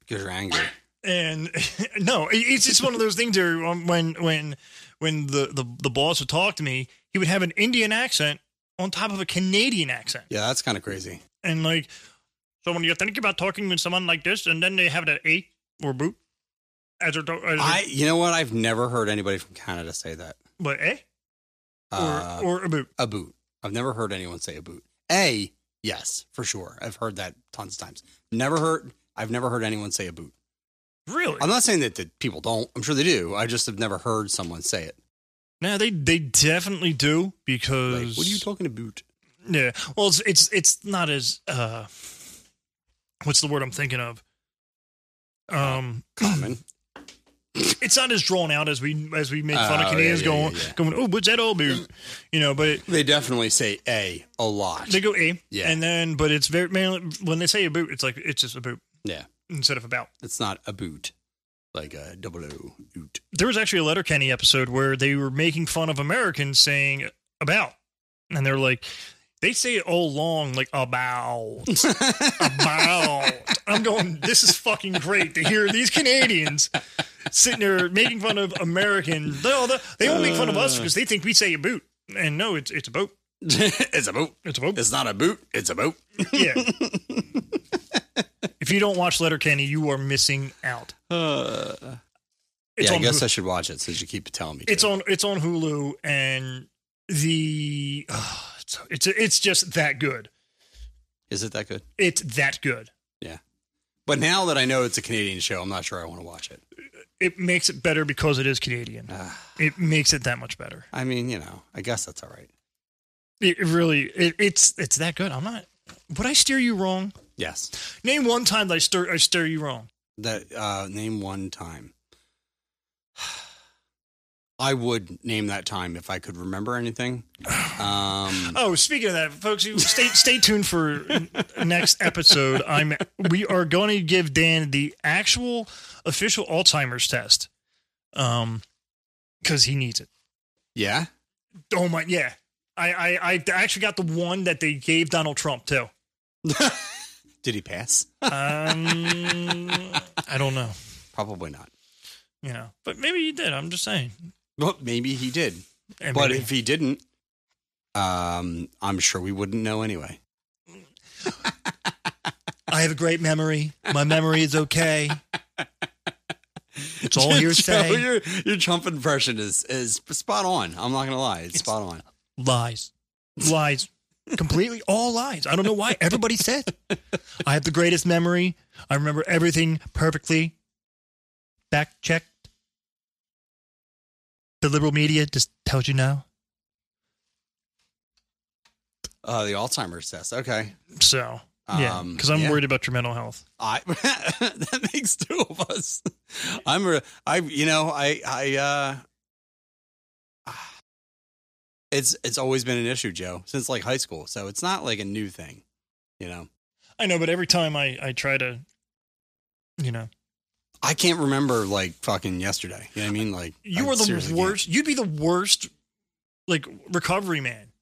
Speaker 1: Because you're angry.
Speaker 2: and no, it- it's just one of those things where um, when when when the, the the boss would talk to me, he would have an Indian accent on top of a Canadian accent,
Speaker 1: Yeah, that's kind of crazy.
Speaker 2: and like, so when you think about talking with someone like this, and then they have that a or boot as they're talking,
Speaker 1: I you know what? I've never heard anybody from Canada say that.
Speaker 2: but eh or
Speaker 1: Uh,
Speaker 2: or a boot.
Speaker 1: a boot. I've never heard anyone say a boot. A, yes, for sure. I've heard that tons of times. Never heard. I've never heard anyone say a boot.
Speaker 2: Really?
Speaker 1: I'm not saying that the people don't. I'm sure they do. I just have never heard someone say it.
Speaker 2: No, they they definitely do
Speaker 1: Like,
Speaker 2: because
Speaker 1: what are you talking about?
Speaker 2: Yeah. Well, it's it's it's not as uh what's the word I'm thinking of?
Speaker 1: Uh,
Speaker 2: Um,
Speaker 1: Common.
Speaker 2: it's not as drawn out as we as we make fun
Speaker 1: Oh,
Speaker 2: of Canadians
Speaker 1: yeah, yeah,
Speaker 2: going
Speaker 1: yeah, yeah.
Speaker 2: going. Oh, what's that old move? You know, but
Speaker 1: They definitely say a a lot.
Speaker 2: they go a
Speaker 1: Yeah.
Speaker 2: and then but it's very mainly when they say a boot, it's like it's just a boot
Speaker 1: yeah,
Speaker 2: instead of about.
Speaker 1: it's not a boot, like a double O oot.
Speaker 2: There was actually a Letter Kenny episode where they were making fun of Americans saying about, and they're like. They say it all long, like about, about. I'm going. This is fucking great to hear these Canadians sitting there making fun of Americans. They all, they all make fun of
Speaker 1: Uh.
Speaker 2: us because they think we say a boot, and no, it's it's a boat.
Speaker 1: it's a boot.
Speaker 2: It's a boat.
Speaker 1: It's not a boot. It's a boat.
Speaker 2: Yeah. if you don't watch Letterkenny, you are missing out. It's
Speaker 1: Uh. yeah, I
Speaker 2: on
Speaker 1: guess
Speaker 2: Hulu.
Speaker 1: I should watch it since you keep telling me.
Speaker 2: it's
Speaker 1: to.
Speaker 2: on it's on Hulu and the oh, it's, it's it's just that good.
Speaker 1: Is it that good?
Speaker 2: It's that good.
Speaker 1: But now that I know it's a Canadian show, I'm not sure I want to watch it.
Speaker 2: It makes it better because it is Canadian. it makes it that much better.
Speaker 1: Ah, I mean, you know, I guess that's all right.
Speaker 2: It, it really it, it's it's that good. I'm not would I steer you wrong?
Speaker 1: Yes.
Speaker 2: Name one time that I stir I steer you wrong.
Speaker 1: That uh, name one time. I would name that time if I could remember anything. Um,
Speaker 2: Oh, speaking of that, folks, you stay stay tuned for next episode. I'm we are going to give Dan the actual official Alzheimer's test, um, because he needs it.
Speaker 1: yeah.
Speaker 2: Oh my, yeah. I, I I actually got the one that they gave Donald Trump too.
Speaker 1: Did he pass?
Speaker 2: Um, I don't know,
Speaker 1: Probably not.
Speaker 2: you know, but maybe he did. I'm just saying.
Speaker 1: Well, maybe he did.
Speaker 2: And
Speaker 1: But
Speaker 2: maybe-
Speaker 1: if he didn't, um, I'm sure we wouldn't know anyway.
Speaker 2: I have a great memory. My memory is okay. It's all hearsay.
Speaker 1: So your your Trump impression is is spot on. I'm not gonna lie, it's, spot on.
Speaker 2: lies, lies, completely all lies. I don't know why everybody says I have the greatest memory. I remember everything perfectly. Back checked. The liberal media just tells you now.
Speaker 1: Uh, the Alzheimer's test. Okay,
Speaker 2: So yeah,
Speaker 1: Um,
Speaker 2: because I'm
Speaker 1: yeah.
Speaker 2: worried about your mental health.
Speaker 1: I that makes two of us. I'm a, I you know I I uh, it's it's always been an issue, Joe, since like high school. So it's not like a new thing, you know.
Speaker 2: I know, but every time I I try to, you know,
Speaker 1: I can't remember like fucking yesterday. You know what I mean? Like
Speaker 2: you
Speaker 1: I
Speaker 2: are the
Speaker 1: seriously
Speaker 2: worst. You'd be the worst, like recovery man.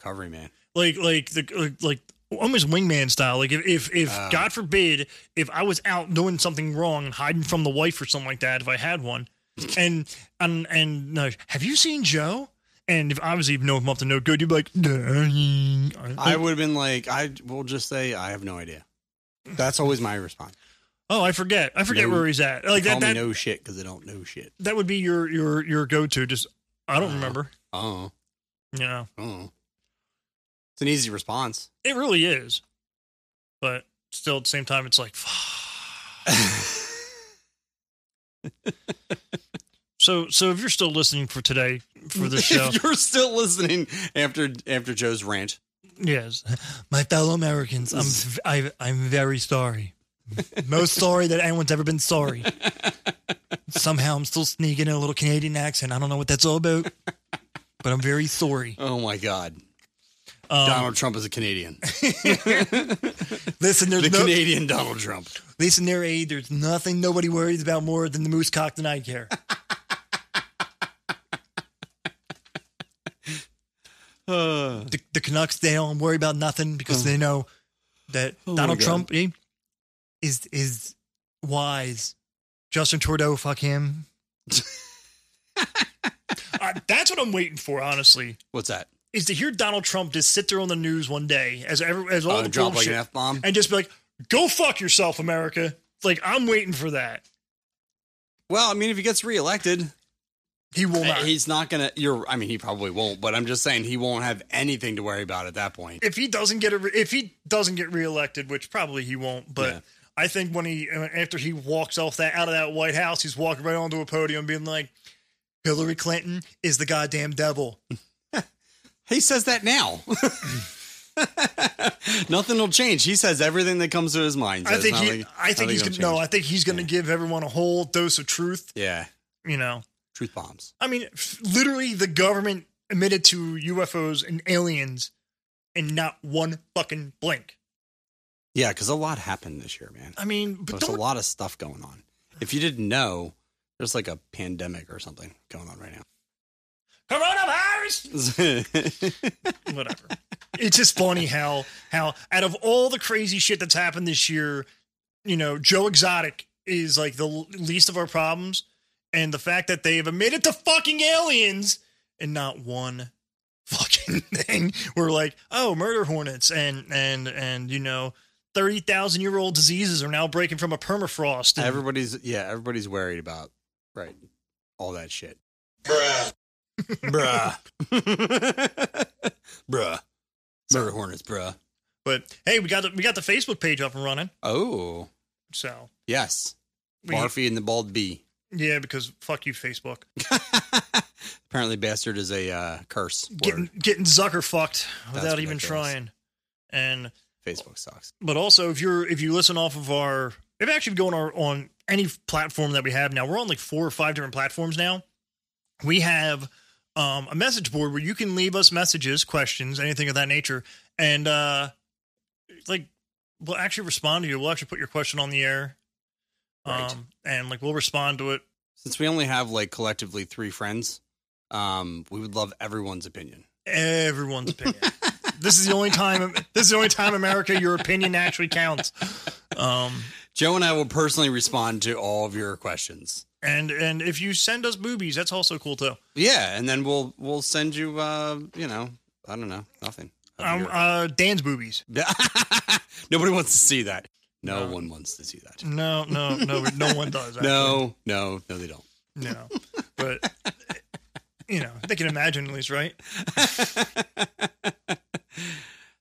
Speaker 1: can't. recovery man.
Speaker 2: like like the like, like almost wingman style. Like if if, if
Speaker 1: Ah.
Speaker 2: God forbid, if I was out doing something wrong and hiding from the wife or something like that, if I had one, and and and no, have you seen Joe? And if obviously you know him up to no good, you'd be like, "Duh."
Speaker 1: I would have been like, I will just say I have no idea. That's always my response.
Speaker 2: oh, I forget, I forget
Speaker 1: No.
Speaker 2: where he's at. Like
Speaker 1: Call
Speaker 2: that
Speaker 1: me
Speaker 2: that,
Speaker 1: no shit because I don't know shit.
Speaker 2: that would be your your your go to. Just I don't
Speaker 1: Ah.
Speaker 2: remember.
Speaker 1: Oh,
Speaker 2: You know,
Speaker 1: oh. It's an easy response.
Speaker 2: it really is, but still at the same time, it's like. So, so if you're still listening for today for the show,
Speaker 1: if you're still listening after after Joe's rant,
Speaker 2: Yes, my fellow Americans, I'm v- I, I'm very sorry. Most sorry that anyone's ever been sorry. Somehow I'm still sneaking in a little Canadian accent. I don't know what that's all about, but I'm very sorry.
Speaker 1: oh my God,
Speaker 2: Um,
Speaker 1: Donald Trump is a Canadian,
Speaker 2: listen,
Speaker 1: the
Speaker 2: there's no,
Speaker 1: Canadian Donald Trump.
Speaker 2: listen, there, aid. There's nothing nobody worries about more than the moose cock than I care.
Speaker 1: Uh,
Speaker 2: The, the Canucks, they don't worry about nothing because they know that
Speaker 1: Hmm. Oh my
Speaker 2: Donald
Speaker 1: God.
Speaker 2: Trump eh, is is wise. Justin Trudeau, fuck him. uh, that's what I'm waiting for, honestly,
Speaker 1: what's that? Uh,
Speaker 2: is to hear Donald Trump just sit there on the news one day as every, as all
Speaker 1: Oh,
Speaker 2: the
Speaker 1: drop like
Speaker 2: bullshit
Speaker 1: an f bomb.
Speaker 2: and just be like, "Go fuck yourself, America." Like I'm waiting for that.
Speaker 1: Well, I mean, if he gets reelected,
Speaker 2: He will
Speaker 1: Uh,
Speaker 2: not.
Speaker 1: He's not gonna. You're. I mean, he probably won't. But I'm just saying he won't have anything to worry about at that point.
Speaker 2: if he doesn't get a re- if he doesn't get reelected, which probably he won't, but
Speaker 1: Yeah.
Speaker 2: I think when he after he walks off that out of that White House, he's walking right onto a podium, being like, "Hillary Clinton is the goddamn devil."
Speaker 1: He says that now. Nothing will change. He says everything that comes to his mind. So
Speaker 2: I
Speaker 1: it's
Speaker 2: think
Speaker 1: not
Speaker 2: he,
Speaker 1: like-
Speaker 2: I
Speaker 1: not like
Speaker 2: think he's gonna,
Speaker 1: it'll
Speaker 2: no,
Speaker 1: change.
Speaker 2: I think he's gonna give everyone a whole dose of truth.
Speaker 1: Yeah,
Speaker 2: You know,
Speaker 1: truth bombs.
Speaker 2: I mean, f- literally, the government admitted to UFOs and aliens, and not one fucking blink.
Speaker 1: Yeah, because a lot happened this year, man.
Speaker 2: I mean, but
Speaker 1: There's a
Speaker 2: don't
Speaker 1: lot of stuff going on. If you didn't know, there's like a pandemic or something going on right
Speaker 2: coronavirus.
Speaker 1: now.
Speaker 2: Whatever. it's just funny how how out of all the crazy shit that's happened this year, you know, Joe Exotic is like the l- least of our problems, and the fact that they've admitted to fucking aliens and not one fucking thing. We're like, oh, murder hornets and and and you know. 30,000 year old diseases are now breaking from a permafrost. and-
Speaker 1: everybody's yeah, everybody's worried about right all that shit.
Speaker 3: Bruh.
Speaker 1: bruh, bruh, murder hornets, bruh.
Speaker 2: but hey, we got the, we got the Facebook page up and running.
Speaker 1: Oh
Speaker 2: So,
Speaker 1: yes,
Speaker 2: we,
Speaker 1: Barfy and the bald bee.
Speaker 2: yeah, because fuck you, Facebook.
Speaker 1: Apparently, bastard is a uh, curse
Speaker 2: getting
Speaker 1: word.
Speaker 2: getting Zucker fucked without even
Speaker 1: ridiculous.
Speaker 2: trying. And
Speaker 1: Facebook sucks.
Speaker 2: but also if you're if you listen off of our if actually if you go on our on any platform that we have now, we're on like four or five different platforms now. We have um, a message board where you can leave us messages, questions, anything of that nature, and uh like we'll actually respond to you. We'll actually put your question on the air.
Speaker 1: Right.
Speaker 2: Um and like we'll respond to it.
Speaker 1: Since we only have like collectively three friends, um, we would love everyone's opinion.
Speaker 2: Everyone's opinion. this is the only time this is the only time America your opinion actually counts. Um
Speaker 1: Joe and I will personally respond to all of your questions.
Speaker 2: And and if you send us boobies, that's also cool too.
Speaker 1: Yeah, and then we'll we'll send you, uh, you know, I don't know, nothing. of
Speaker 2: Um,
Speaker 1: your-
Speaker 2: uh, Dan's boobies.
Speaker 1: Nobody wants to see that. No,
Speaker 2: No.
Speaker 1: one wants to see that.
Speaker 2: No, no, no, no one does.
Speaker 1: No, no, no, they don't.
Speaker 2: actually. no. But you know, they can imagine at least, right?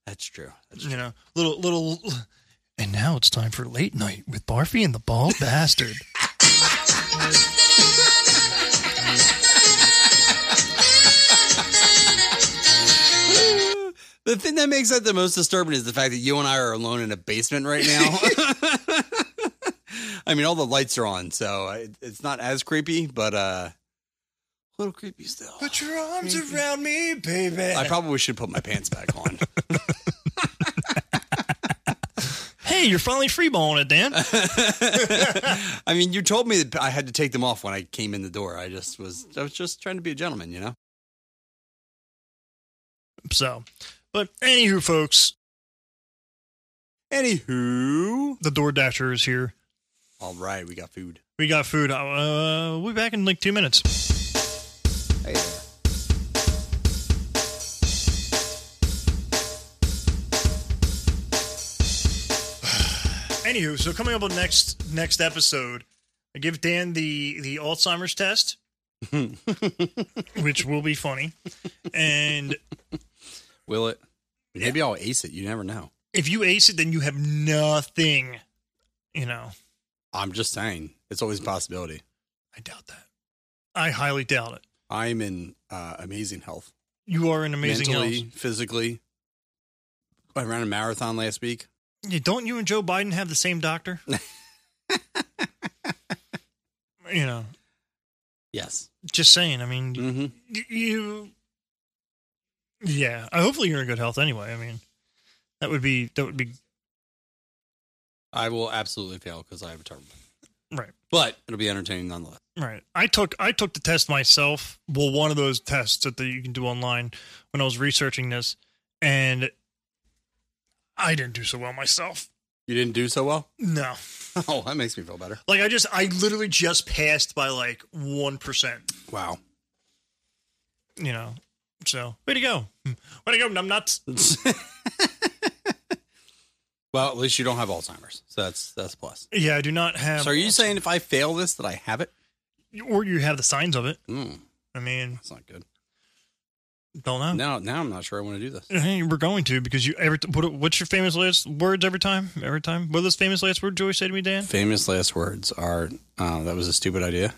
Speaker 1: That's true. That's
Speaker 2: You know, little little. And now it's time for late night with Barfy and the Bald Bastard.
Speaker 1: true. The thing that makes that the most disturbing is the fact that you and I are alone in a basement right now. I mean, all the lights are on, so it- it's not as creepy, but uh, a little creepy still.
Speaker 2: Put your arms around me, baby.
Speaker 1: I probably should put my pants back on.
Speaker 2: hey, you're finally freeballing it, Dan.
Speaker 1: I mean, you told me that I had to take them off when I came in the door. I just was, I was just trying to be a gentleman, you know.
Speaker 2: So, but anywho, folks,
Speaker 1: Anywho,
Speaker 2: the Door Dasher is here.
Speaker 1: all right, we got food.
Speaker 2: We got food. Uh, we'll be back in like two minutes.
Speaker 1: Hey there.
Speaker 2: Anywho, so coming up on next next episode, I give Dan the the Alzheimer's test, which will be funny. And
Speaker 1: Will it? Maybe I'll ace it. You never know.
Speaker 2: if you ace it, then you have nothing. You know,
Speaker 1: I'm just saying, it's always a possibility.
Speaker 2: I doubt that. I highly doubt it.
Speaker 1: I'm in uh, amazing health,
Speaker 2: You are an amazing
Speaker 1: mentally,
Speaker 2: health.
Speaker 1: physically. I ran a marathon last week.
Speaker 2: Yeah, don't you and Joe Biden have the same doctor? you know,
Speaker 1: Yes.
Speaker 2: just saying. I mean,
Speaker 1: hmm
Speaker 2: y- you yeah Uh, hopefully you're in good health anyway i mean that would be that would be
Speaker 1: I will absolutely fail because I have a terrible.
Speaker 2: right
Speaker 1: But it'll be entertaining nonetheless.
Speaker 2: right i took i took the test myself well one of those tests that the, you can do online when i was researching this and i didn't do so well myself
Speaker 1: You didn't do so well.
Speaker 2: no
Speaker 1: Oh, that makes me feel better.
Speaker 2: like i just i literally just passed by like 1%
Speaker 1: Wow.
Speaker 2: you know so way to go way to go i'm nuts
Speaker 1: well, at least you don't have Alzheimer's, so that's that's a plus.
Speaker 2: yeah i do not have
Speaker 1: So, are you saying if I fail this, that I have it?
Speaker 2: or you have the signs of it
Speaker 1: Mm,
Speaker 2: i mean
Speaker 1: that's not good.
Speaker 2: don't know
Speaker 1: Now, now I'm not sure I want to do this.
Speaker 2: Hey, we're going to because you every what, what's your famous last words every time? Every time, what are those famous last words Joey said to me, Dan?
Speaker 1: Famous last words are uh, that was a stupid idea.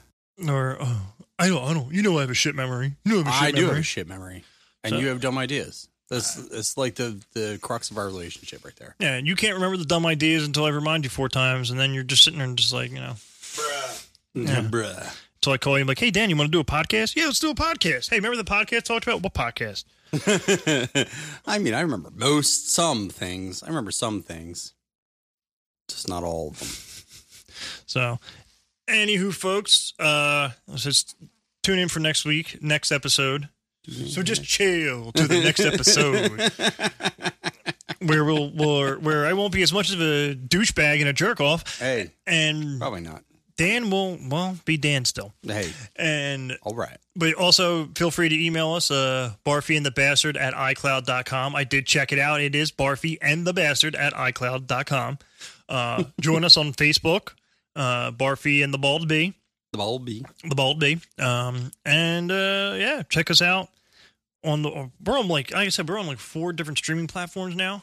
Speaker 2: Or oh, I don't, I don't. You know, I have a shit memory. You know, I have a shit
Speaker 1: I do
Speaker 2: memory.
Speaker 1: have a shit memory, and
Speaker 2: So-
Speaker 1: you have dumb ideas. That's it's like the the crux of our relationship right there.
Speaker 2: Yeah, and you can't remember the dumb ideas until I remind you four times, and then you're just sitting there and just like, you know,
Speaker 3: Bruh.
Speaker 2: Yeah.
Speaker 1: Bruh.
Speaker 2: until I call you, I'm like, hey, Dan, you want to do a podcast? Yeah, let's do a podcast. Hey, remember the podcast I talked about? What podcast?
Speaker 1: I mean, I remember most some things. I remember some things, just not all of them.
Speaker 2: So, anywho, folks, uh, let's just tune in for next week, next episode. So just chill to the next episode, where we'll, we'll where I won't be as much of a douchebag and a jerk off,
Speaker 1: Hey,
Speaker 2: and
Speaker 1: probably not.
Speaker 2: Dan will well be Dan still,
Speaker 1: Hey,
Speaker 2: and
Speaker 1: all right.
Speaker 2: But also feel free to email us, uh, Barfy and the Bastard at iCloud.com. I did check it out. It is Barfy and the Bastard at iCloud.com. Uh, join us on Facebook, uh, Barfy and the Bald Bee,
Speaker 1: The ball B.
Speaker 2: the Bald Bee. Um, and uh, yeah, check us out on the. We're on like, like I said, we're on like four different streaming platforms now.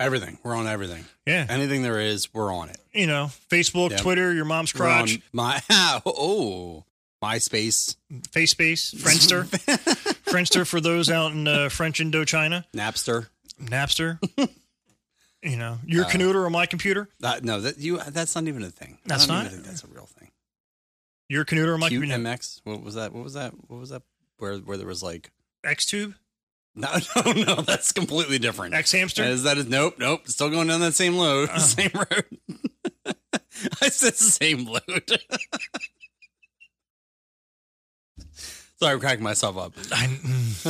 Speaker 1: Everything. We're on everything.
Speaker 2: Yeah.
Speaker 1: Anything there is, we're on it.
Speaker 2: you know, Facebook,
Speaker 1: Yeah.
Speaker 2: Twitter, your mom's
Speaker 1: We're on
Speaker 2: crotch,
Speaker 1: my oh, MySpace,
Speaker 2: FaceSpace, Friendster. Friendster for those out in uh, French Indochina.
Speaker 1: Napster.
Speaker 2: Napster. you know, your
Speaker 1: Uh,
Speaker 2: computer or my computer?
Speaker 1: That, no, that you. That's not even a thing. I
Speaker 2: That's
Speaker 1: don't even
Speaker 2: not?
Speaker 1: think that's a real thing.
Speaker 2: Your computer or my
Speaker 1: Cute
Speaker 2: computer?
Speaker 1: MX. What was that? What was that? What was that? Where where there was like
Speaker 2: Xtube?
Speaker 1: no no no. That's completely different.
Speaker 2: X hamster?
Speaker 1: Is that is nope, nope. Still going down that same load,
Speaker 2: Oh.
Speaker 1: same road. I said same load. Sorry, I'm cracking myself up.
Speaker 2: mm,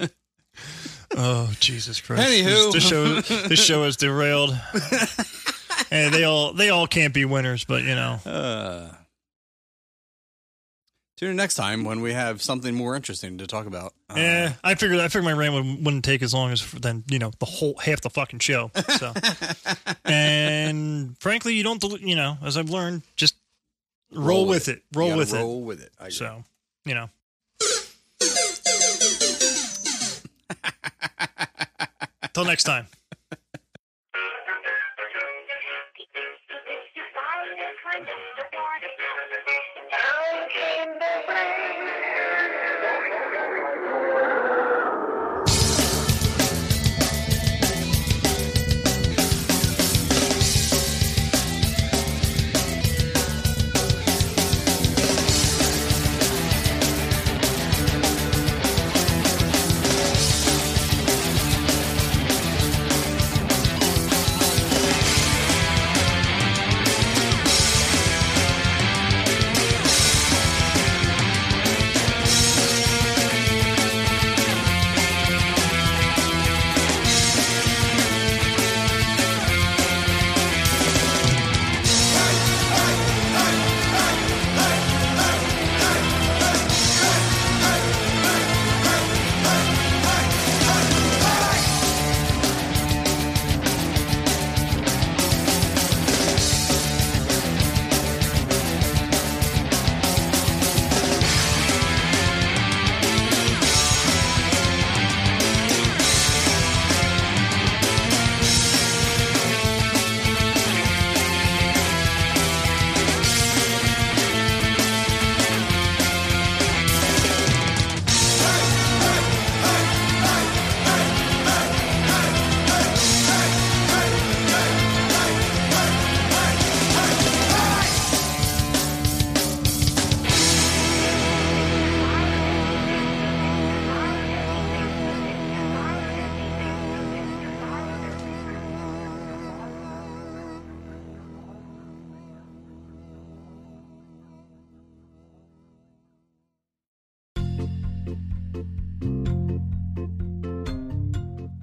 Speaker 1: Uh,
Speaker 2: oh, Jesus Christ.
Speaker 1: Anywho.
Speaker 2: This, this show this show is derailed. and they all they all can't be winners, but you know.
Speaker 1: uh. Tune in next time when we have something more interesting to talk about. Uh,
Speaker 2: Yeah, I figured I figured my rant would, wouldn't take as long as f- then you know the whole half the fucking show. So, and frankly, you don't del- you know as I've learned, just roll, with it,
Speaker 1: You
Speaker 2: roll
Speaker 1: gotta
Speaker 2: with
Speaker 1: roll with it. I
Speaker 2: it.
Speaker 1: agree.
Speaker 2: So, you know, till next time.
Speaker 4: How came the rain?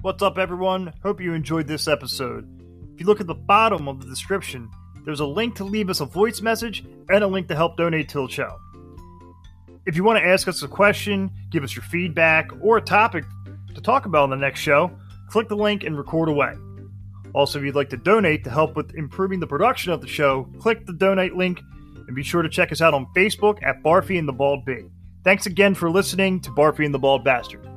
Speaker 2: What's up, everyone? Hope you enjoyed this episode. If you look at the bottom of the description, there's a link to leave us a voice message and a link to help donate to the show. If you want to ask us a question, give us your feedback, or a topic to talk about on the next show, click the link and record away. Also, if you'd like to donate to help with improving the production of the show, click the donate link and be sure to check us out on Facebook at Barfy and the Bald Bee. Thanks again for listening to Barfy and the Bald Bastard.